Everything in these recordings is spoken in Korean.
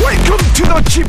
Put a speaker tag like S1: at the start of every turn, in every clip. S1: Welcome to the Chip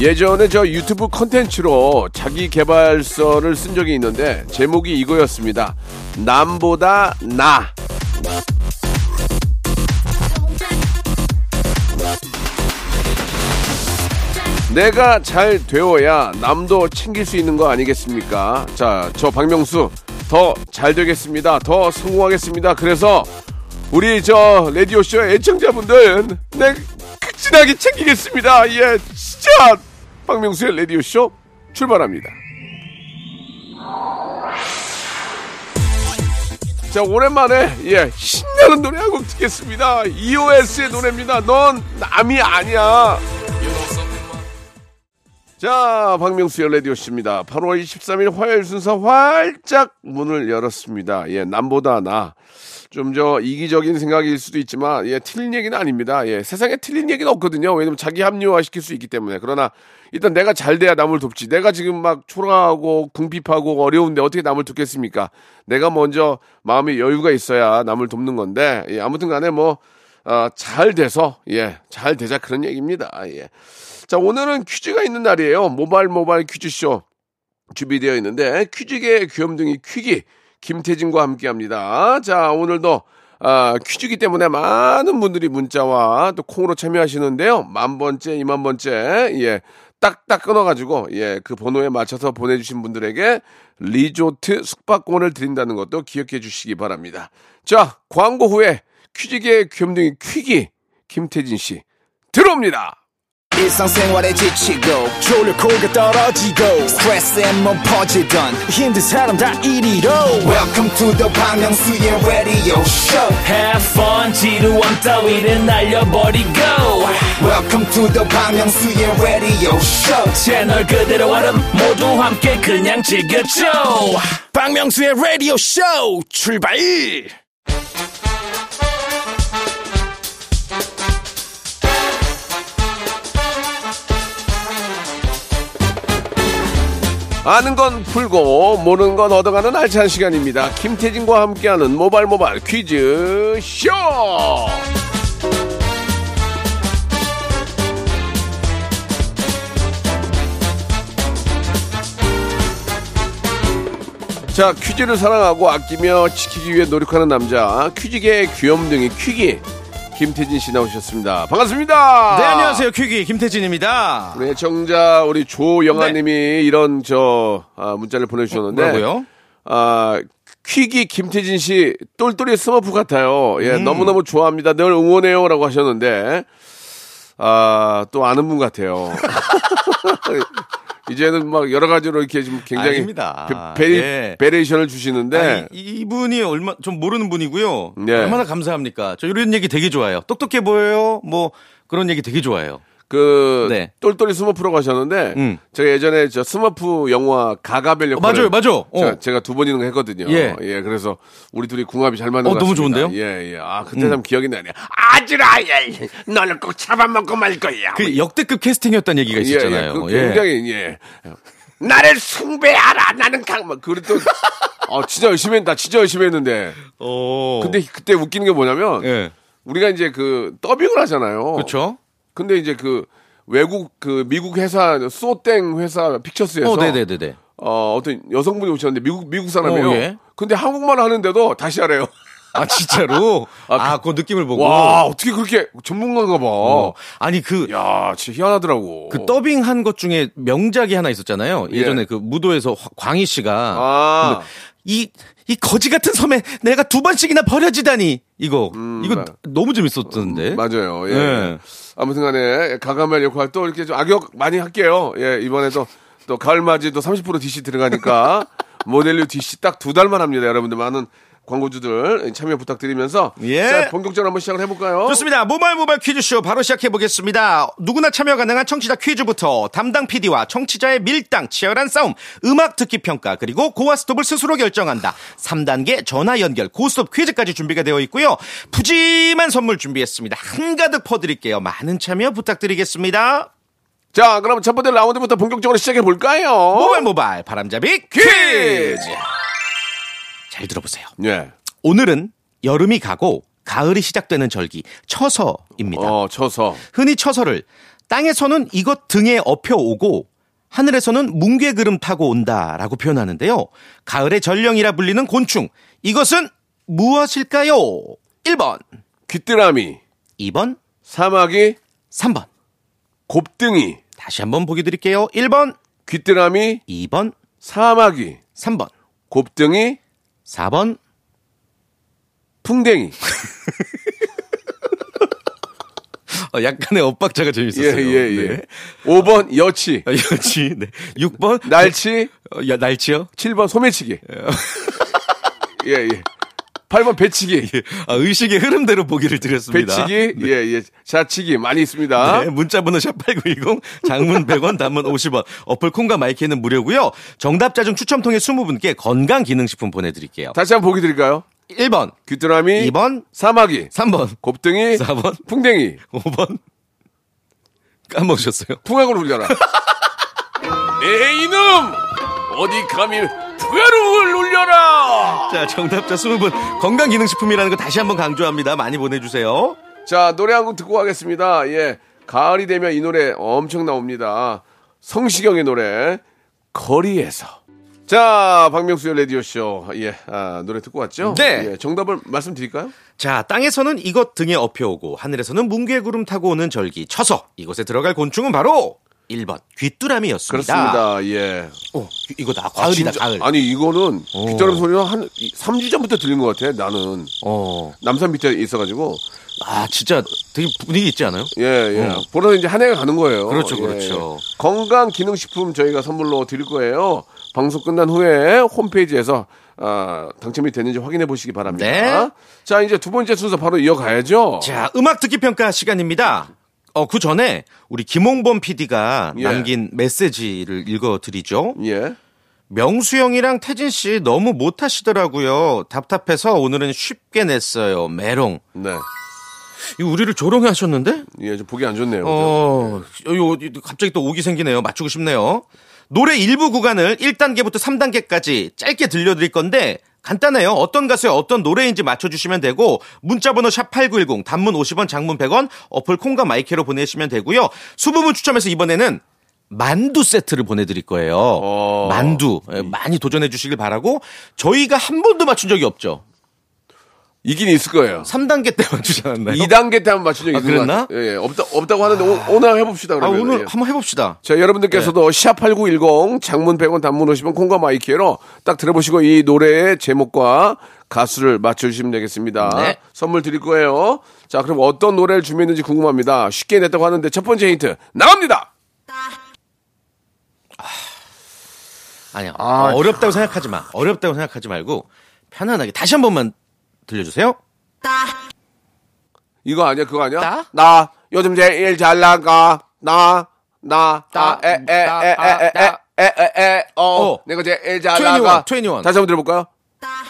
S2: 예전에 저 유튜브 콘텐츠로 자기 개발서를 쓴 적이 있는데 제목이 이거였습니다 남보다 나 내가 잘 되어야 남도 챙길 수 있는 거 아니겠습니까? 자, 저 박명수 더 잘 되겠습니다. 더 성공하겠습니다. 그래서 우리 저 라디오 쇼 애청자분들 내 끝진하게 챙기겠습니다. 예, 진짜 박명수의 라디오 쇼 출발합니다. 자, 오랜만에 예 신나는 노래 한 곡 듣겠습니다. EOS의 노래입니다. 넌 남이 아니야. 자, 박명수의 라디오씨입니다. 8월 23일 화요일 순서 활짝 문을 열었습니다. 예, 남보다 나. 좀 저 이기적인 생각일 수도 있지만, 예, 틀린 얘기는 아닙니다. 예, 세상에 틀린 얘기는 없거든요. 왜냐면 자기 합리화 시킬 수 있기 때문에. 그러나, 일단 내가 잘 돼야 남을 돕지. 내가 지금 막 초라하고 궁핍하고 어려운데 어떻게 남을 돕겠습니까? 내가 먼저 마음의 여유가 있어야 남을 돕는 건데, 예, 아무튼 간에 뭐, 아, 잘 돼서, 예, 잘 되자 그런 얘기입니다. 예. 자, 오늘은 퀴즈가 있는 날이에요. 모발 모발 퀴즈쇼 준비되어 있는데 퀴즈계의 귀염둥이 퀴기 김태진과 함께합니다. 자, 오늘도 아, 퀴즈기 때문에 많은 분들이 문자와 또 콩으로 참여하시는데요. 만 번째, 이만 번째, 예, 딱딱 끊어가지고 예, 그 번호에 맞춰서 보내주신 분들에게 리조트 숙박권을 드린다는 것도 기억해 주시기 바랍니다. 자, 광고 후에 퀴즈계의 귀염둥이 퀴기 김태진 씨 들어옵니다.
S3: 일상생활에 지치고, 졸려 코가 떨어지고, 스트레스에 몸 퍼지던, 힘든 사람 다 이리로. welcome to the Bang Myung-soo's radio show
S4: Have fun 지루함 따위를 날려버리고
S3: welcome to the Bang Myung-soo's radio show
S4: 채널 그대로 얼음 모두 함께 그냥 즐겨줘
S1: 박명수의 라디오 쇼 출발.
S2: 아는 건 풀고 모르는 건 얻어가는 알찬 시간입니다. 김태진과 함께하는 모발 모발 퀴즈 쇼. 자 퀴즈를 사랑하고 아끼며 지키기 위해 노력하는 남자 퀴즈계의 귀염둥이 퀴기 김태진 씨 나오셨습니다. 반갑습니다.
S5: 네, 안녕하세요. 퀴기 김태진입니다. 네.
S2: 우리 애청자 우리 조영아님이 이런 저 아, 문자를 보내주셨는데
S5: 뭐라고요?
S2: 아 퀵이 김태진 씨 똘똘이 스머프 같아요.
S5: 음.
S2: 예, 너무너무 좋아합니다. 늘 응원해요라고 하셨는데 아 또 아는 분 같아요. 이제는 막 여러 가지로 이렇게 지금 굉장히
S5: 아닙니다.
S2: 베, 베리,
S5: 예.
S2: 베레이션을 주시는데
S5: 아니, 이- 이분이 얼마 좀 모르는 분이고요.
S2: 네.
S5: 얼마나 감사합니까? 저 이런 얘기 되게 좋아해요. 똑똑해 보여요. 뭐 그런 얘기 되게 좋아해요.
S2: 그
S5: 네.
S2: 똘똘이 스머프라고 하셨는데
S5: 음.
S2: 제가 예전에 저 스머프 영화 가가벨 역할
S5: 맞아요, 맞아요. 어.
S2: 제가, 제가 두 번이나 했거든요. 예.
S5: 예.
S2: 그래서 우리 둘이 궁합이 잘 맞는
S5: 어,
S2: 것
S5: 너무
S2: 같습니다.
S5: 좋은데요? 음.
S2: 예, 예. 아 그때 참 기억이 나네요. 아즈라엘, 너는 꼭 잡아먹고 말 거야.
S5: 그 역대급 캐스팅이었다는 얘기가 있었잖아요. 어,
S2: 예, 예. 그 굉장히 예. 나를 숭배하라. 나는 강. 막 그랬던. 아 진짜 열심히 했다. 진짜 열심히 했는데.
S5: 어.
S2: 근데 그때 웃기는 게 뭐냐면
S5: 예.
S2: 우리가 이제 그 더빙을 하잖아요.
S5: 그렇죠.
S2: 근데 이제 그 외국 그 미국 회사 소땡 회사 픽처스에서
S5: 어, 네, 네, 네, 네.
S2: 어, 어떤 여성분이 오셨는데 미국 미국 사람이에요.
S5: 어, 예.
S2: 근데 한국말 하는데도 다시 하래요.
S5: 아 진짜로.
S2: 아,
S5: 아,
S2: 그-
S5: 그, 느낌을 보고.
S2: 와 어떻게 그렇게 전문가인가 봐.
S5: 어. 아니 그
S2: 야 어. 진짜 희한하더라고.
S5: 그 더빙 한것 중에 명작이 하나 있었잖아요. 예전에 그 무도에서 화- 광희
S2: 아.
S5: 씨가 이이 거지 같은 섬에 내가 두 번씩이나 버려지다니 이거 이거
S2: 네.
S5: 너무 재밌었던데. 네?
S2: 맞아요. 예.
S5: 예.
S2: 아무튼간에 가가멜 역할 또 이렇게 좀 악역 많이 할게요. 예 이번에도 또 가을맞이 또 30% DC 들어가니까 모델류 DC 딱 두 달만 합니다. 여러분들 많은 광고주들 참여 부탁드리면서
S5: 예.
S2: 자, 본격적으로 한번 시작을 해볼까요?
S5: 좋습니다. 모바일 모바일 퀴즈쇼 바로 시작해 보겠습니다. 누구나 참여 가능한 청취자 퀴즈부터 담당 PD와 청취자의 밀당, 치열한 싸움, 음악 듣기 평가, 그리고 고와 스톱을 스스로 결정한다. 3단계 전화 연결, 고스톱 퀴즈까지 준비가 되어 있고요. 푸짐한 선물 준비했습니다. 한가득 퍼드릴게요. 많은 참여 부탁드리겠습니다.
S2: 자, 그럼 첫 번째 라운드부터 본격적으로 시작해 볼까요?
S5: 모바일 모바일 바람잡이 퀴즈!
S2: 퀴즈.
S5: 잘 들어보세요.
S2: 예.
S5: 오늘은 여름이 가고 가을이 시작되는 절기, 처서입니다.
S2: 어, 쳐서.
S5: 흔히 처서를 땅에서는 이것 등에 업혀오고 하늘에서는 뭉게그름 타고 온다라고 표현하는데요. 가을의 전령이라 불리는 곤충. 이것은 무엇일까요? 1번,
S2: 귀뚜라미,
S5: 2번,
S2: 사마귀,
S5: 3번.
S2: 곱등이,
S5: 다시 한번 보기 드릴게요. 1번,
S2: 귀뚜라미,
S5: 2번,
S2: 사마귀,
S5: 3번,
S2: 곱등이,
S5: 4번.
S2: 풍뎅이.
S5: 어, 약간의 엇박자가
S2: 예,
S5: 재밌었어요.
S2: 예, 예.
S5: 네.
S2: 오 5번 여치,
S5: 어, 여지, 네. 6번.
S2: 날치,
S5: 어, 야, 날치요?
S2: 7번 소매치기. 예, 예. 8번 배치기.
S5: 예. 아, 의식의 흐름대로 보기를 드렸습니다.
S2: 배치기, 아? 예, 예. 자치기 많이 있습니다.
S5: 네, 문자번호 샵8910 장문 100원 단문 50원 어플 콩과 마이크는 무료고요 정답자 중 추첨 통해 20분께 건강기능식품 보내드릴게요
S2: 다시 한번 보기 드릴까요?
S5: 1번
S2: 귀뚜라미,
S5: 2번
S2: 사마귀,
S5: 3번
S2: 곱등이,
S5: 4번.
S2: 풍뎅이.
S5: 5번 까먹으셨어요
S2: 풍악으로 울려라. 에이, 이놈! 어디 감히 풍악을 울려라!
S5: 자 정답자 20분 건강기능식품이라는 거 다시 한번 강조합니다 많이 보내주세요
S2: 자, 노래 한 곡 듣고 가겠습니다. 예. 가을이 되면 이 노래 엄청 나옵니다. 성시경의 노래, 거리에서. 자, 박명수의 라디오쇼. 예, 아, 노래 듣고 왔죠?
S5: 네.
S2: 예, 정답을 말씀드릴까요?
S5: 자, 땅에서는 이것 등에 업혀오고 하늘에서는 뭉게구름 타고 오는 절기 쳐서 이곳에 들어갈 곤충은 바로 1번 귀뚜라미였습니다.
S2: 그렇습니다. 예.
S5: 어, 이- 이거다. 가을이다,
S2: 진짜-
S5: 가을.
S2: 아니, 이거는 귀뚜라미 소리가 한 3주 전부터 들린 것 같아, 나는.
S5: 어.
S2: 남산 밑에 있어가지고.
S5: 아, 진짜 되게 분위기 있지 않아요?
S2: 예, 예. 보러 이제 한 해가 가는 거예요.
S5: 어. 그렇죠,
S2: 예,
S5: 그렇죠.
S2: 예. 건강 기능식품 저희가 선물로 드릴 거예요. 방송 끝난 후에 홈페이지에서 아, 당첨이 됐는지 확인해 보시기 바랍니다.
S5: 네.
S2: 자, 이제 두 번째 순서 바로 이어가야죠.
S5: 자, 음악 듣기 평가 시간입니다. 어, 그 전에 우리 김홍범 PD가
S2: 예.
S5: 남긴 메시지를 읽어 드리죠.
S2: 예.
S5: 명수 형이랑 태진 씨 너무 못 하시더라고요. 답답해서 오늘은 쉽게 냈어요. 메롱.
S2: 네.
S5: 이 우리를 조롱해 하셨는데?
S2: 예, 좀 보기 안 좋네요.
S5: 어, 요, 요- 갑자기 또 오기 생기네요. 맞추고 싶네요. 노래 일부 구간을 1단계부터 3단계까지 짧게 들려드릴 건데, 간단해요. 어떤 가수의 어떤 노래인지 맞춰주시면 되고, 문자번호 샵8910, 단문 50원, 장문 100원, 어플 콩과 마이케로 보내시면 되고요. 수부문 추첨해서 이번에는 만두 세트를 보내드릴 거예요.
S2: 어.
S5: 만두. 예, 많이 도전해 주시길 바라고, 저희가 한 번도 맞춘 적이 없죠.
S2: 이긴 있을 거예요.
S5: 3단계 때 맞추지 않았나요?
S2: 2단계 때 한번 맞춘 적이
S5: 아,
S2: 있는
S5: 그랬나?
S2: 것 같아요. 예, 예. 없다, 없다고 하는데 오, 오늘 해봅시다,
S5: 아,
S2: 그러면. 예.
S5: 오늘 한번 해봅시다.
S2: 자, 여러분들께서도 샵8910 장문 100원 단문 50원 콩과 마이키로 딱 들어보시고 이 노래의 제목과 가수를 맞춰주시면 되겠습니다.
S5: 네.
S2: 선물 드릴 거예요. 자, 그럼 어떤 노래를 준비했는지 궁금합니다. 쉽게 냈다고 하는데 첫 번째 힌트 나갑니다!
S5: 아니요. 어렵다고 생각하지 마. 어렵다고 생각하지 말고 편안하게 다시 한 번만 들려주세요.
S2: 이거 아니야? 그거 아니야?
S5: 따?
S2: 나 요즘 제일 잘 나가. 나, 나,
S5: 따,
S2: 나, 에, 에, 에,
S5: 따,
S2: 에,
S5: 따,
S2: 에, 에,
S5: 따.
S2: 에, 에, 에, 어.
S5: 어.
S2: 내가 제일 잘
S5: 21,
S2: 나가.
S5: 21.
S2: 다시 한번 들어볼까요?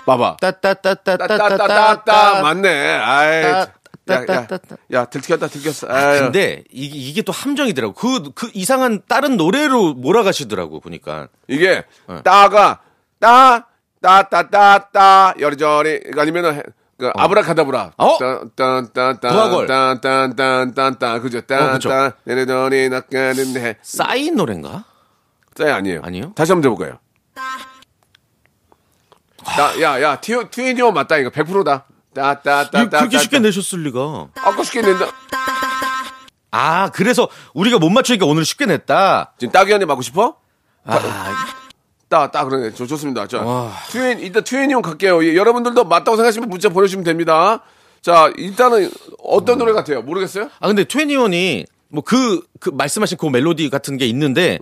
S2: 봐봐. 따따따따따
S5: 따따따따따따따.
S2: 맞네. 아이.
S5: 따, 따,
S2: 야,
S5: 따,
S2: 야,
S5: 따, 따.
S2: 야 들켰다 들켰어.
S5: 아,
S2: 아유.
S5: 근데 이게, 이게 또 함정이더라고. 그, 그 이상한 다른 노래로 몰아가시더라고 보니까.
S2: 이게
S5: 어.
S2: 따가 따따따따따 여리저리 아니면은 해- 그 아브라카다브라.
S5: 어?
S2: 딴딴딴딴
S5: 부하걸.
S2: 딴딴딴딴딴 그죠?
S5: 어, 그죠.
S2: 딴딴 내리더리 낚아는데
S5: 싸인 노래인가?
S2: 짜이 아니에요.
S5: 아니에요?
S2: 다시 한번 들어볼까요? 따. 야야 티오 티오 맞다 이거 100%다. 따따따따.
S5: 그렇게 쉽게 내셨을 리가.
S2: 아까 쉽게 낸다.
S5: 아 그래서 우리가 못 맞추니까 오늘 쉽게 냈다.
S2: 지금 따기 언니 맞고 싶어?
S5: 아,
S2: 따, 따, 그러네. 좋, 좋습니다. 자,
S5: 와.
S2: 트윈, 일단 트윈이형 갈게요. 예, 여러분들도 맞다고 생각하시면 문자 보내주시면 됩니다. 자, 일단은 어떤 노래 같아요? 모르겠어요?
S5: 아 근데 21이 뭐그 그 말씀하신 그 멜로디 같은 게 있는데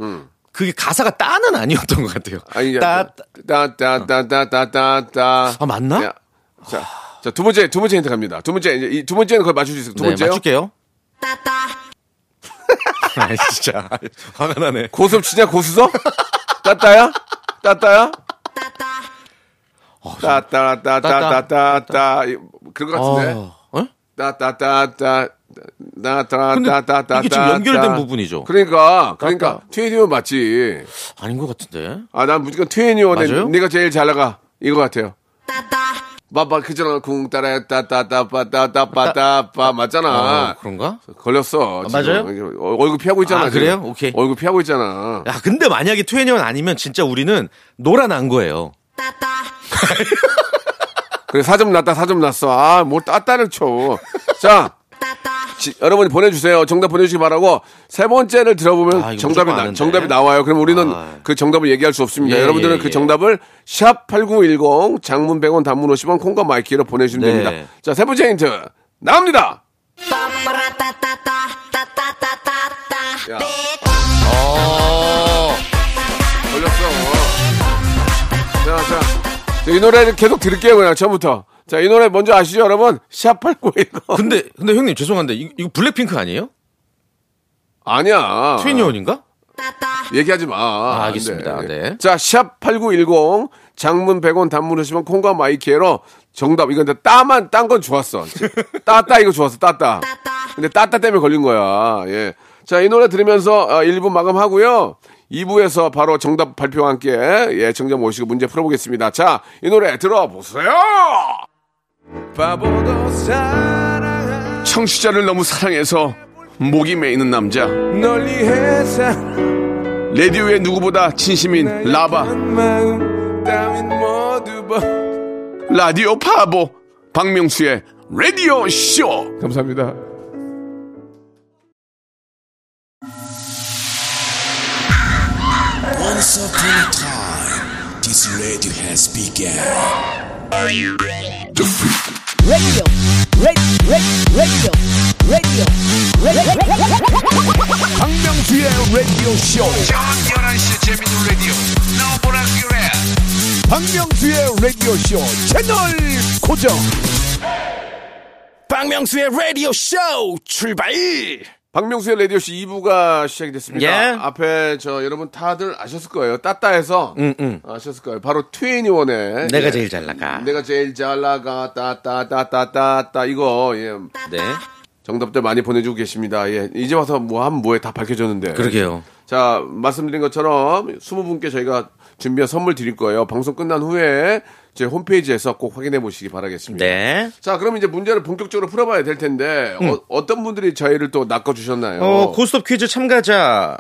S5: 그게 가사가 따는 음. 아니었던 것 같아요.
S2: 아니,
S5: 따,
S2: 따, 따, 따, 따, 따, 따, 따.
S5: 아, 맞나?
S2: 자, 자, 두 번째, 두 번째 힌트 갑니다. 두 번째, 이제 이두 번째는 거의 맞출 수 있어요. 두
S5: 네,
S2: 번째요?
S5: 맞출게요.
S2: 아, 진짜.
S5: 화가 나네.
S2: 고습 진짜 고수서? 따따야? 따따야? 따따따따따따따 그런 것 같은데.
S5: 어?
S2: 따따따따
S5: 근데
S2: 따따따따따따
S5: 이게 지금 연결된 부분이죠. 아,
S2: 그러니까 그러니까 트웬티원 맞지.
S5: 아닌 것 같은데.
S2: 아, 난 무조건 트웬티원에
S5: 맞아요?
S2: 네가 제일 잘 나가 이거 같아요. 빠빠 그잖아 궁 따라 따따따빠따따빠따빠 맞잖아.
S5: 아, 그런가?
S2: 걸렸어.
S5: 아, 맞아요?
S2: 지금. 어, 얼굴 피하고 있잖아.
S5: 아,
S2: 지금.
S5: 그래요? 오케이.
S2: 얼굴 피하고 있잖아.
S5: 야, 근데 만약에 투애니언 아니면 진짜 우리는 노란한 거예요.
S2: 그래 사점 났다 사점 났어. 아뭘 따따를 쳐. 자. 지- 여러분이 보내주세요. 정답 보내주시기 바라고 세 번째를 들어보면
S5: 아, 이거
S2: 정답이
S5: 무조건
S2: 나,
S5: 아는데.
S2: 정답이 나와요. 그럼 우리는
S5: 아.
S2: 그 정답을 얘기할 수 없습니다.
S5: 예,
S2: 여러분들은
S5: 예,
S2: 그
S5: 예.
S2: 정답을 샵 #8910 장문 100원, 단문 50원, 콩과 마이키로 보내주시면
S5: 네.
S2: 됩니다. 자 세 번째 힌트 나옵니다. 야. 걸렸어. 자, 자. 자, 이 노래를 계속 들을게요, 그냥 처음부터. 자, 이 노래 먼저 아시죠, 여러분? 샵8910.
S5: 근데 근데 형님 죄송한데 이- 이거 블랙핑크 아니에요?
S2: 아니야.
S5: 투애니언인가?
S2: 얘기하지 마.
S5: 아, 알겠습니다.
S2: 안 돼.
S5: 네.
S2: 자, 샵8910. 장문 100원, 단문 오시면 콩과 마이키에로 정답. 이건 근데 따만, 딴 건 좋았어. 따따 이거 좋았어, 따따. 근데 따따 때문에 걸린 거야. 예. 자, 이 노래 들으면서 아, 1부 마감하고요. 2부에서 바로 정답 발표와 함께, 예, 정답 모시고 문제 풀어보겠습니다. 자, 이 노래 들어보세요! 바보도 사랑하 청취자를 너무 사랑해서 목이 메이는 남자.
S1: 널리 해서
S2: 라디오에 누구보다 진심인 라바
S1: 마음 따윈 모두 버
S2: 라디오 파보 박명수의 라디오 쇼 감사합니다
S1: 박명수의 라디오 쇼 저녁 11시 재밌는 라디오 너보라 그래 박명수의 라디오 쇼 채널 고정 박명수의 라디오 쇼 출발
S2: 박명수의 라디오 쇼 2부가 시작이 됐습니다
S5: 예.
S2: 앞에 저 여러분 다들 아셨을 거예요 따따해서 아셨을 거예요 바로 트웬티원의 예.
S5: 내가 제일 잘 나가.
S2: 내가 제일 잘 나가 따따따따따따 이거 예.
S5: 네.
S2: 정답들 많이 보내주고 계십니다 예. 이제 와서 뭐 한 뭐에 다 밝혀졌는데
S5: 그러게요.
S2: 자, 말씀드린 것처럼 20분께 저희가 준비한 선물 드릴 거예요. 방송 끝난 후에 제 홈페이지에서 꼭 확인해 보시기 바라겠습니다.
S5: 네.
S2: 자, 그럼 이제 문제를 본격적으로 풀어봐야 될 텐데
S5: 음.
S2: 어, 떤 분들이 저희를 또 낚아주셨나요?
S5: 어, 고스톱 퀴즈 참가자.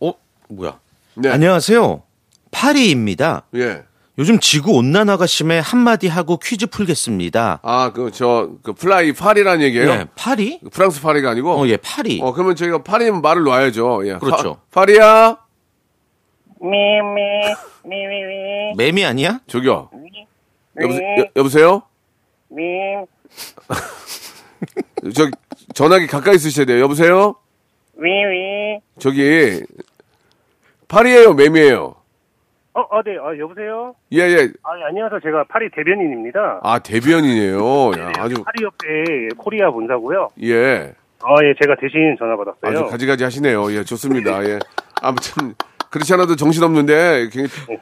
S5: 어, 뭐야?
S2: 네.
S5: 안녕하세요. 파리입니다.
S2: 예.
S5: 요즘 지구 온난화가 심해 한마디 하고 퀴즈 풀겠습니다.
S2: 아, 그 저 그 플라이 파리라는 얘기예요? 그
S5: 네, 파리?
S2: 프랑스 파리가 아니고.
S5: 어, 예, 파리.
S2: 어, 그러면 저희가 파리면 말을 놔야죠. 예.
S5: 그렇죠.
S2: 파, 파리야,
S6: 미미 미미미
S5: 매미 아니야?
S2: 저기요. 여보세,
S6: 네.
S2: 여, 여보세요?
S6: 미
S2: 저기 전화기 가까이 쓰셔야 돼요. 여보세요?
S6: 미미
S2: 저기 파리예요, 매미예요.
S7: 어, 어, 네, 아, 여보세요?
S2: 예, 예.
S7: 아, 예, 안녕하세요. 제가 파리 대변인입니다.
S2: 아 네. 대변인이에요. 야, 아주
S7: 파리 협회 코리아 본사고요.
S2: 예
S7: 아, 예, 제가 대신 전화
S2: 아주
S7: 받았어요.
S2: 가지가지 하시네요. 예 좋습니다. 예 아무튼 그렇지 않아도 정신 없는데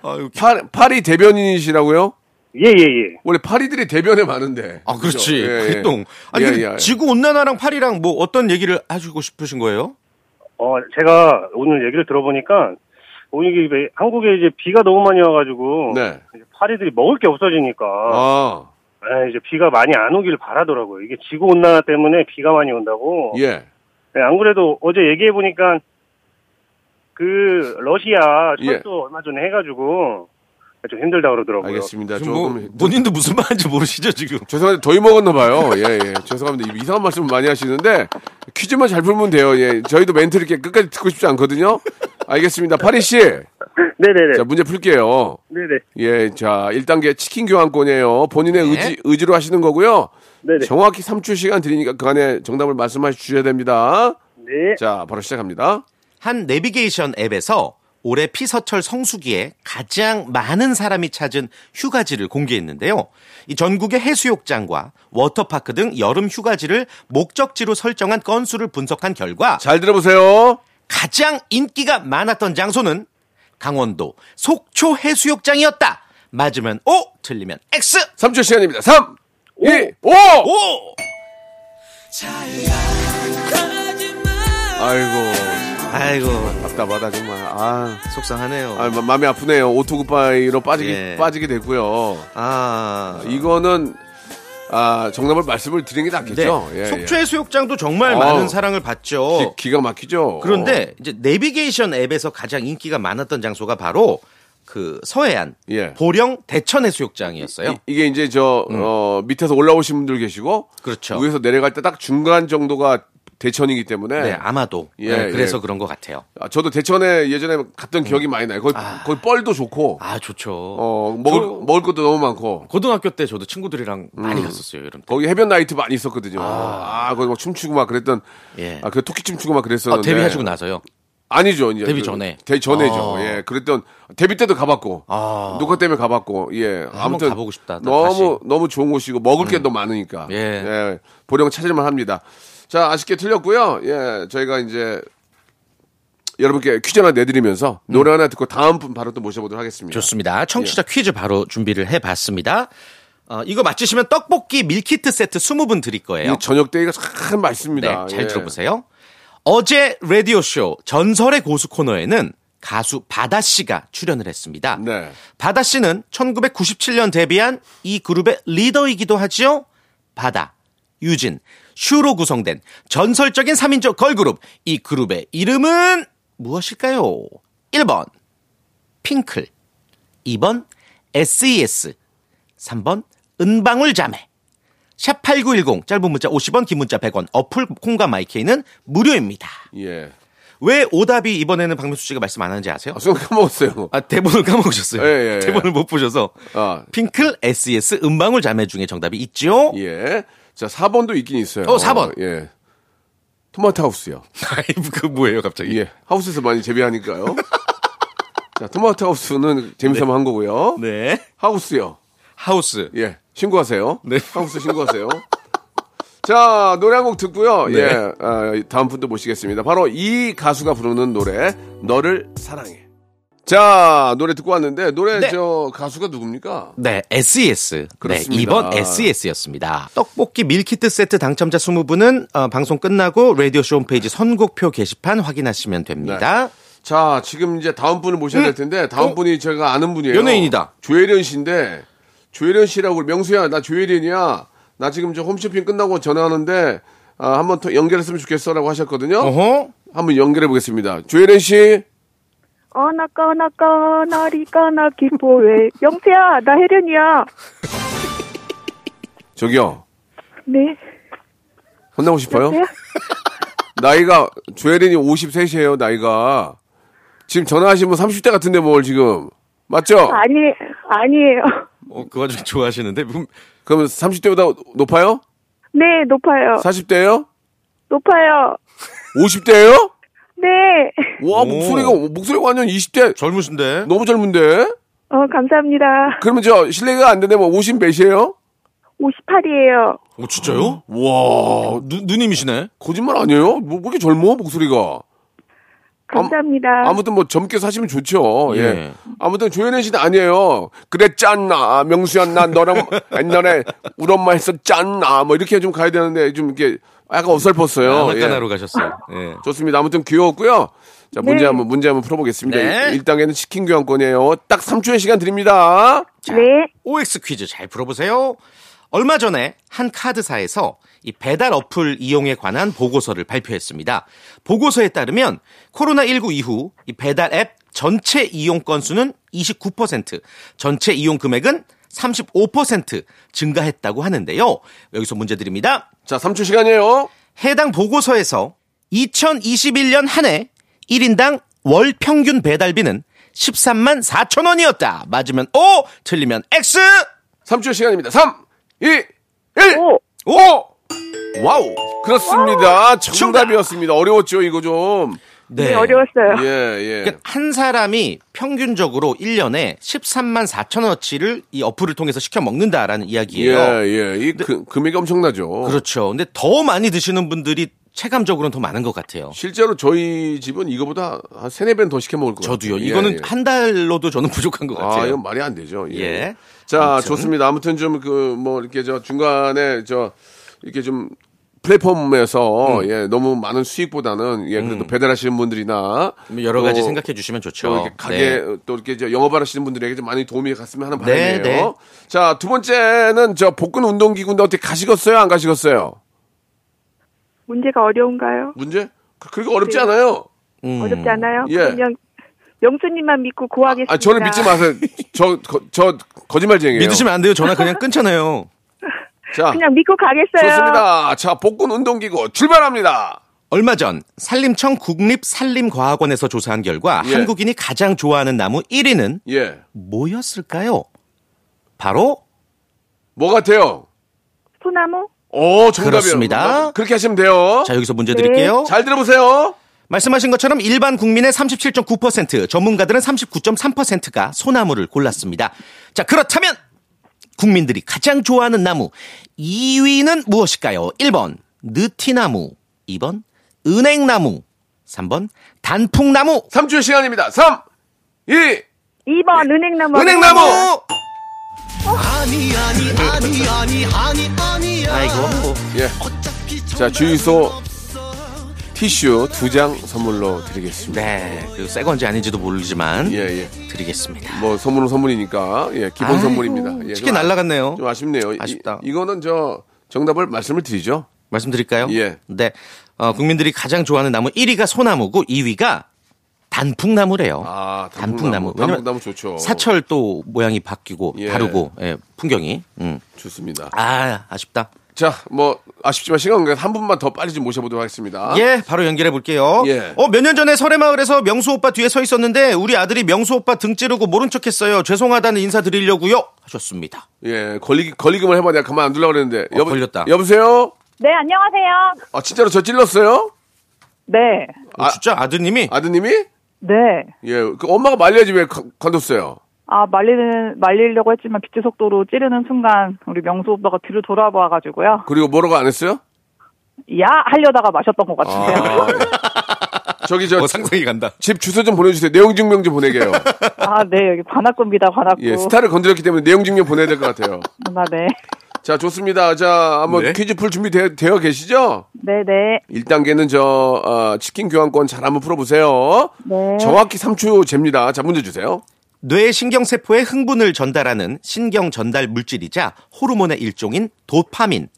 S2: 어.
S5: 아유,
S2: 파리 대변인이시라고요?
S7: 예, 예, 예.
S2: 원래 파리들이 대변에 많은데.
S5: 아, 그렇지.
S2: 그죠? 예, 예.
S5: 활동. 아니,
S2: 예,
S5: 근데
S2: 예, 예.
S5: 지구 온난화랑 파리랑 뭐 어떤 얘기를 하시고 싶으신 거예요?
S7: 어, 제가 오늘 얘기를 들어보니까 오늘 이게 왜 한국에 이제 비가 너무 많이 와가지고
S2: 네.
S7: 이제 파리들이 먹을 게 없어지니까
S2: 아
S7: 에, 이제 비가 많이 안 오길 바라더라고요. 이게 지구 온난화 때문에 비가 많이 온다고.
S2: 예.
S7: 예, 안 그래도 어제 얘기해 보니까 그 러시아 철도 얼마 전에 해가지고 좀 힘들다 그러더라고요.
S2: 예. 알겠습니다.
S5: 지금 뭐
S2: 조금
S5: 본인도 무슨 말인지 모르시죠, 지금?
S2: 죄송한데 더위 먹었나 봐요. 예, 예. 죄송합니다. 이상한 말씀을 많이 하시는데 퀴즈만 잘 풀면 돼요. 예. 저희도 멘트 이렇게 끝까지 듣고 싶지 않거든요. 알겠습니다. 파리 씨.
S7: 네네네.
S2: 자, 문제 풀게요.
S7: 네네.
S2: 예, 자, 1단계 치킨 교환권이에요.
S5: 네.
S2: 본인의 의지, 의지로 하시는 거고요.
S7: 네네.
S2: 정확히 3초 시간 드리니까 그간에 정답을 말씀해 주셔야 됩니다.
S7: 네.
S2: 자, 바로 시작합니다.
S5: 한 내비게이션 앱에서 올해 피서철 성수기에 가장 많은 사람이 찾은 휴가지를 공개했는데요. 이 전국의 해수욕장과 워터파크 등 여름 휴가지를 목적지로 설정한 건수를 분석한 결과
S2: 잘 들어보세요.
S5: 가장 인기가 많았던 장소는 강원도 속초 해수욕장이었다. 맞으면 O, 틀리면 X.
S2: 3초 시간입니다. 3, 이 2, 5!
S5: 오!
S2: 아이고,
S5: 아이고
S2: 답답하다, 정말. 아,
S5: 속상하네요.
S2: 아 마- 마음이 아프네요. 오토굿바이로 빠지기,
S5: 예.
S2: 빠지게 됐고요.
S5: 아,
S2: 이거는, 아, 정답을 말씀을 드린 게 낫겠죠? 예, 예.
S5: 네, 속초 해수욕장도 정말
S2: 어.
S5: 많은 사랑을 받죠.
S2: 기, 가 막히죠?
S5: 그런데 이제 내비게이션 앱에서 가장 인기가 많았던 장소가 바로 그 서해안
S2: 예.
S5: 보령 대천 해수욕장이었어요. 음.
S2: 이, 게 이제 저, 어, 밑에서 올라오신 분들 계시고.
S5: 그렇죠.
S2: 위에서 내려갈 때 딱 중간 정도가 대천이기 때문에.
S5: 네, 아마도
S2: 예,
S5: 네, 그래서
S2: 예.
S5: 그런 것 같아요.
S2: 아, 저도 대천에 예전에 갔던 기억이 많이 나요. 거기, 거기 뻘도 좋고.
S5: 음. 아 좋죠.
S2: 어, 먹을,
S5: 저-
S2: 먹을 것도 너무 많고.
S5: 고등학교 때 저도 친구들이랑 많이 갔었어요. 여름 때.
S2: 거기 해변 나이트 많이 있었거든요. 아, 거기 막 춤추고 막 그랬던.
S5: 예.
S2: 아, 그 토끼춤 추고 막
S5: 아,
S2: 그랬었는데.
S5: 데뷔하시고 나서요.
S2: 아니죠, 이제.
S5: 데뷔
S2: 그-
S5: 전에.
S2: 데뷔 전에죠.
S5: 아.
S2: 예. 그랬던, 데뷔 때도 가봤고.
S5: 아.
S2: 녹화 때문에 가봤고. 예. 아무튼.
S5: 가보고 싶다, 나
S2: 너무, 너무 좋은 곳이고, 먹을 게 너무 많으니까.
S5: 예.
S2: 보령 찾을만 합니다. 자, 아쉽게 틀렸고요. 예. 저희가 이제, 여러분께 퀴즈 하나 내드리면서, 노래 하나 듣고 다음 분 바로 또 모셔보도록 하겠습니다. 예.
S5: 좋습니다. 청취자 퀴즈 바로 준비를 해봤습니다. 어, 이거 맞히시면 떡볶이 밀키트 세트 20분 드릴 거예요.
S2: 이 저녁 때기가 참 맛있습니다.
S5: 네, 잘
S2: 예.
S5: 들어보세요. 어제 라디오 쇼 전설의 고수 코너에는 가수 바다 씨가 출연을 했습니다.
S2: 네.
S5: 바다 씨는 1997년 데뷔한 이 그룹의 리더이기도 하지요. 바다, 유진, 슈로 구성된 전설적인 3인조 걸그룹. 이 그룹의 이름은 무엇일까요? 1번 핑클, 2번 SES, 3번 은방울 자매. 샵8910 짧은 문자 50원 긴 문자 100원 어플 콩과 마이케이는 무료입니다.
S2: 예.
S5: 왜 오답이 이번에는 박명수 씨가 말씀 안 하는지 아세요?
S2: 아, 순간 까먹었어요.
S5: 아, 대본을 까먹으셨어요.
S2: 예, 예, 예.
S5: 대본을 못 보셔서.
S2: 아.
S5: 핑클 SES 음방울 자매 중에 정답이 있죠?
S2: 예. 자, 4번도 있긴 있어요.
S5: 어, 4번.
S2: 예. 토마토 하우스요.
S5: 아이, 그 뭐예요, 갑자기?
S2: 예. 하우스에서 많이 재배하니까요. 자, 토마토 하우스는 재미삼아 한 거고요.
S5: 네.
S2: 하우스요.
S5: 하우스.
S2: 예. 신고하세요.
S5: 네.
S2: 하우스 신고하세요. 자, 노래 한 곡 듣고요.
S5: 네.
S2: 예. 아, 다음 분도 모시겠습니다. 바로 이 가수가 부르는 노래, 너를 사랑해. 자, 노래 듣고 왔는데, 노래
S5: 네.
S2: 저 가수가 누굽니까?
S5: 네, SES.
S2: 그렇습니다.
S5: 네, 이번 SES였습니다. 떡볶이 밀키트 세트 당첨자 20분은 어, 방송 끝나고 라디오쇼 홈페이지 선곡표 게시판 확인하시면 됩니다.
S2: 자, 지금 이제 다음 분을 모셔야 될 텐데 다음
S5: 어?
S2: 분이 제가 아는 분이에요.
S5: 연예인이다. 조혜련
S2: 조혜련 씨인데 조혜련 씨라고 명수야, 나 조혜련이야. 나 지금 저 홈쇼핑 끝나고 전화하는데 아, 한번 더 연결했으면 좋겠어라고 하셨거든요.
S5: 어허.
S2: 한번 연결해 보겠습니다. 조혜련 씨.
S8: 어나 까나 까나리 까나 기뻐해 영태야 나 혜련이야
S2: 저기요.
S8: 네
S2: 혼나고 싶어요?
S8: 네?
S2: 나이가 조혜련이 53이에요, 나이가. 지금 전화하신 분 30대 같은데 뭘 지금. 맞죠?
S8: 아니 아니에요
S5: 어, 그 와중에 좋아하시는데. 그럼
S2: 그러면 30대보다 높아요?
S8: 네 높아요
S2: 40대예요?
S8: 높아요
S2: 50대예요?
S8: 네어
S2: 와,
S5: 오.
S2: 목소리가 목소리가 완전 20대
S5: 젊으신데.
S2: 너무 젊은데?
S8: 어, 감사합니다
S2: 그러면 저 실례가 안 되네. 뭐50 몇이에요?
S8: 58이에요
S5: 오, 어, 진짜요?
S2: 와,
S5: 어, 누, 누님이시네.
S2: 거짓말 아니에요? 뭐, 왜 이렇게 젊어? 목소리가.
S8: 감사합니다
S2: 아무튼 뭐 젊게 사시면 좋죠. 예.
S5: 예.
S2: 아무튼 조현현 씨는 아니에요. 그랬잖아. 명수야, 나 너랑 옛날에 우리 엄마 했었잖아. 뭐 이렇게 좀 가야 되는데 좀 이렇게 약간 어설펐어요.
S5: 아마카나로
S2: 예.
S5: 가셨어요. 예.
S2: 좋습니다. 아무튼 귀여웠고요. 자, 문제
S8: 네.
S2: 한번, 문제 한번 풀어보겠습니다.
S5: 네.
S2: 일 1단계는 치킨 교환권이에요. 딱 3초의 시간 드립니다.
S8: 네
S5: OX 퀴즈 잘 풀어보세요. 얼마 전에 한 카드사에서 이 배달 어플 이용에 관한 보고서를 발표했습니다. 보고서에 따르면 코로나19 이후 이 배달 앱 전체 이용 건수는 29%, 전체 이용 금액은 35% 증가했다고 하는데요. 여기서 문제 드립니다.
S2: 자, 3초 시간이에요.
S5: 해당 보고서에서 2021년 한 해 1인당 월 평균 배달비는 13만 4천 원이었다. 맞으면 O, 틀리면 X.
S2: 3초의 시간입니다. 3, 2, 1.
S8: 오
S2: 오! 와우! 그렇습니다. 정답이었습니다. 어려웠죠, 이거 좀.
S8: 네, 어려웠어요.
S2: 예, 예.
S5: 그러니까 한 사람이 평균적으로 1년에 13만 4천 원어치를 이 어플을 통해서 시켜 먹는다라는
S2: 예,
S5: 이야기예요.
S2: 예. 이 그, 금액이 엄청나죠.
S5: 그렇죠. 근데 더 많이 드시는 분들이 체감적으로는 더 많은 것 같아요.
S2: 실제로 저희 집은 이거보다 한 세네 배는 더 시켜 먹을 것 같아요.
S5: 저도요.
S2: 예,
S5: 이거는
S2: 예.
S5: 한 달로도 저는 부족한 것 같아요.
S2: 아, 이건 말이 안 되죠. 예.
S5: 예.
S2: 자,
S5: 아무튼.
S2: 좋습니다. 아무튼 좀 그 뭐 이렇게 저 중간에 저 이렇게 좀 플랫폼에서
S5: 음.
S2: 예, 너무 많은 수익보다는 예, 그래도 배달하시는 분들이나
S5: 뭐 여러 가지
S2: 또
S5: 생각해 주시면 좋죠.
S2: 또 이렇게 가게
S5: 네.
S2: 또 이렇게 저 영업하시는 분들에게 좀 많이 도움이 갔으면 하는 바람이에요.
S5: 네.
S2: 자 두 번째는 저 복근 운동기구인데 어떻게 가시겠어요? 안 가시겠어요?
S8: 문제가 어려운가요?
S2: 문제? 그- 그렇게 어렵지
S8: 네.
S2: 않아요.
S5: 음.
S8: 어렵지 않아요?
S2: 예.
S8: 그냥 명수님만 믿고 구하겠습니다.
S2: 아 저는 믿지 마세요. 저 거, 저 거짓말쟁이에요.
S5: 믿으시면 안 돼요. 전화 그냥 끊잖아요.
S2: 자
S8: 그냥 믿고 가겠어요.
S2: 좋습니다. 자 복근 운동기구 출발합니다.
S5: 얼마 전 산림청 국립산림과학원에서 조사한 결과
S2: 예.
S5: 한국인이 가장 좋아하는 나무 1위는
S2: 예.
S5: 뭐였을까요? 바로
S2: 뭐 같아요?
S8: 소나무?
S2: 어 정답이요.
S5: 그렇습니다.
S2: 그렇게 하시면 돼요.
S5: 자 여기서 문제 드릴게요.
S2: 잘 들어보세요.
S5: 말씀하신 것처럼 일반 국민의 37.9% 전문가들은 39.3%가 소나무를 골랐습니다. 자 그렇다면 국민들이 가장 좋아하는 나무 2위는 무엇일까요? 1번 느티나무 2번 은행나무 3번 단풍나무
S2: 3주의 시간입니다. 3, 2,
S8: 2번 은행나무.
S2: 예. 은행나무.
S5: 아이고
S2: 예. 자 주유소 티슈 두 장 선물로 드리겠습니다.
S5: 네 그리고 새 건지 아닌지도 모르지만
S2: 예 예.
S5: 드리겠습니다.
S2: 뭐 선물은 선물이니까 예 기본
S5: 네. 아이고,
S2: 선물입니다. 예,
S5: 치킨
S2: 좀 아-
S5: 날라갔네요.
S2: 좀 아쉽네요. 이-
S5: 아쉽다.
S2: 이, 거는저 정답을 말씀을 드리죠.
S5: 말씀드릴까요?
S2: 예.
S5: 네. 어, 국민들이 가장 좋아하는 나무 1위가 소나무고 2위가 단풍나무래요.
S2: 아, 단풍나무.
S5: 단풍나무.
S2: 단풍나무
S5: 왜냐면
S2: 좋죠.
S5: 사철 또 모양이 바뀌고
S2: 예.
S5: 다르고 예, 풍경이. 음.
S2: 좋습니다.
S5: 아 아쉽다.
S2: 자, 뭐 아쉽지만 시간 관계한 분만 더 빨리 좀 모셔보도록 하겠습니다.
S5: 예, 바로 연결해 볼게요.
S2: 아? 예.
S5: 어, 몇 년 전에 설해마을에서 명수 오빠 뒤에 서 있었는데 우리 아들이 명수 오빠 등 찌르고 모른 척했어요. 죄송하다는 인사 드리려고요. 하셨습니다.
S2: 예, 걸리 걸리기만 해봐. 내가 가만 안 둘라 그랬는데.
S5: 어, 걸렸다.
S2: 여보세요.
S8: 네, 안녕하세요.
S2: 아, 진짜로 저 찔렀어요?
S8: 네.
S5: 어,
S2: 아.
S5: 진짜 아드님이
S2: 아드님이?
S8: 네.
S2: 예, 그 엄마가 말려야지 왜 거- 건뒀어요?
S8: 아, 말리는, 말리려고 했지만 빛의 속도로 찌르는 순간 우리 명수 오빠가 뒤로 돌아봐가지고요.
S2: 그리고 뭐라고 안 했어요?
S8: 야! 하려다가 마셨던 것
S2: 아,
S8: 같은데요.
S2: 예. 저기 저
S5: 어,
S2: 집
S5: 상상이 간다.
S2: 주소 좀 보내주세요. 내용증명 좀 보내게요.
S8: 아, 네. 여기 관악구입니다, 관악구.
S2: 예, 스타를 건드렸기 때문에 내용증명 보내야 될 것 같아요.
S8: 아, 네.
S2: 자, 좋습니다. 자, 한번
S5: 네.
S2: 퀴즈 풀 준비 되, 되어 계시죠?
S8: 네네.
S2: 1단계는 저, 어, 치킨 교환권 잘 한번 풀어보세요.
S8: 네.
S2: 정확히 3초 잽니다. 자, 문제 주세요.
S5: 뇌 신경세포에 흥분을 전달하는 신경 전달 물질이자 호르몬의 일종인 도파민.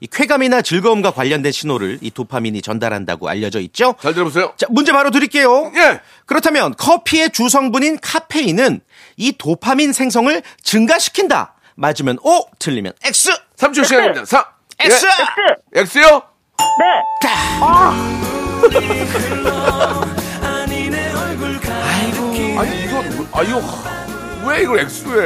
S5: 이 쾌감이나 즐거움과 관련된 신호를 이 도파민이 전달한다고 알려져 있죠.
S2: 잘 들어보세요.
S5: 자, 문제 바로 드릴게요.
S2: 예.
S5: 그렇다면 커피의 주성분인 카페인은 이 도파민 생성을 증가시킨다. 맞으면 O, 틀리면 X.
S2: 3초 시간입니다. 4,
S5: X.
S2: 예. X요?
S8: 네.
S2: 아니, 이거, 뭐- 아, 이거, 왜 이걸 X로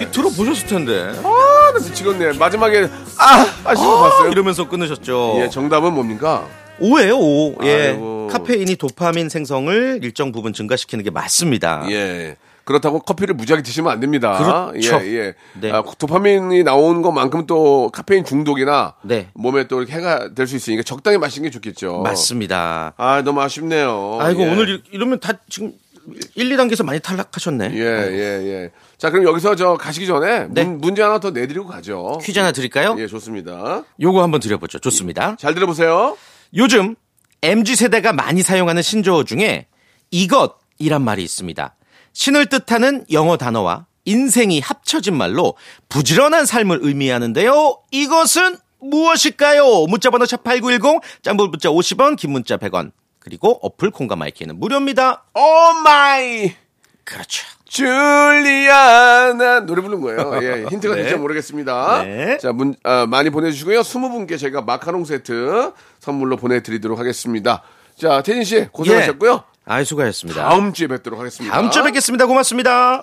S2: 해?
S5: 들어보셨을 텐데.
S2: 아, 나 미치겠네. 마지막에, 아! 하시는 거 봤어요?
S5: 이러면서 끊으셨죠.
S2: 예, 정답은 뭡니까?
S5: 오예요, 오. 예.
S2: 아이고.
S5: 카페인이 도파민 생성을 일정 부분 증가시키는 게 맞습니다.
S2: 예. 그렇다고 커피를 무지하게 드시면 안 됩니다.
S5: 아. 그렇죠.
S2: 예, 예.
S5: 네.
S2: 아, 도파민이 나온 것만큼 또 카페인 중독이나
S5: 네.
S2: 몸에 또 이렇게 해가 될 수 있으니까 적당히 마시는 게 좋겠죠.
S5: 맞습니다.
S2: 아, 너무 아쉽네요.
S5: 아이고
S2: 어. 예.
S5: 오늘 이- 이러면 다 지금 1, 2단계에서 많이 탈락하셨네.
S2: 예, 예, 예. 자, 그럼 여기서 저 가시기 전에
S5: 네.
S2: 문, 문제 하나 더 내드리고 가죠.
S5: 퀴즈 하나 드릴까요?
S2: 예, 좋습니다.
S5: 요거 한번 드려보죠. 좋습니다.
S2: 잘 들어보세요.
S5: 요즘 MZ 세대가 많이 사용하는 신조어 중에 이것이란 말이 있습니다. 신을 뜻하는 영어 단어와 인생이 합쳐진 말로 부지런한 삶을 의미하는데요. 이것은 무엇일까요? 문자번호 샵8910, 짬불 문자 50원, 긴 문자 100원. 그리고 어플 콩과 마이키는 무료입니다.
S2: 오 마이
S5: 그렇죠.
S2: 줄리아나 노래 부른 거예요. 예, 힌트가 될지 모르겠습니다.
S5: 네.
S2: 자, 문, 아, 많이 보내주시고요. 20분께 저희가 마카롱 세트 선물로 보내드리도록 하겠습니다. 자, 태진 씨 고생하셨고요.
S5: 예. 아이 수고하셨습니다.
S2: 다음 주에 뵙도록 하겠습니다.
S5: 다음 주에 뵙겠습니다. 고맙습니다.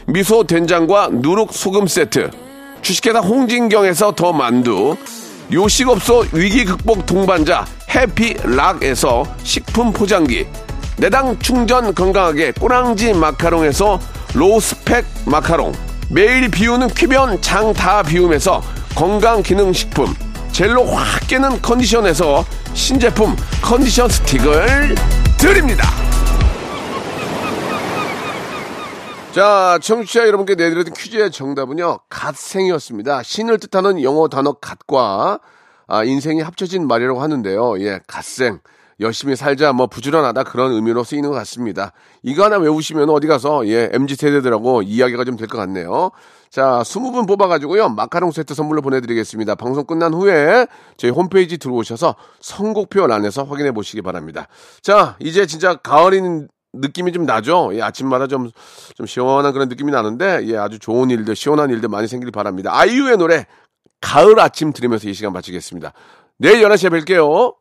S2: 미소 된장과 누룩 소금 세트 주식회사 홍진경에서 더 만두 요식업소 위기 극복 동반자 해피락에서 식품 포장기 내당 충전 건강하게 꼬랑지 마카롱에서 로스펙 마카롱 매일 비우는 퀴변 장 다 비움에서 건강기능식품 젤로 확 깨는 컨디션에서 신제품 컨디션 스틱을 드립니다 자, 청취자 여러분께 내드렸던 퀴즈의 정답은요, 갓생이었습니다. 신을 뜻하는 영어 단어 갓과, 아, 인생이 합쳐진 말이라고 하는데요. 예, 갓생. 열심히 살자, 뭐, 부지런하다, 그런 의미로 쓰이는 것 같습니다. 이거 하나 외우시면 어디 가서, 예, MG 세대들하고 이야기가 좀 될 것 같네요. 자, 20분 뽑아가지고요, 마카롱 세트 선물로 보내드리겠습니다. 방송 끝난 후에 저희 홈페이지 들어오셔서 선곡표 란에서 확인해 보시기 바랍니다. 자, 이제 진짜 가을인 느낌이 좀 나죠. 예, 아침마다 좀, 좀 시원한 그런 느낌이 나는데, 예, 아주 좋은 일들, 시원한 일들 많이 생길 바랍니다. 아이유의 노래, 가을 아침 들으면서 이 시간 마치겠습니다. 내일 11시에 뵐게요.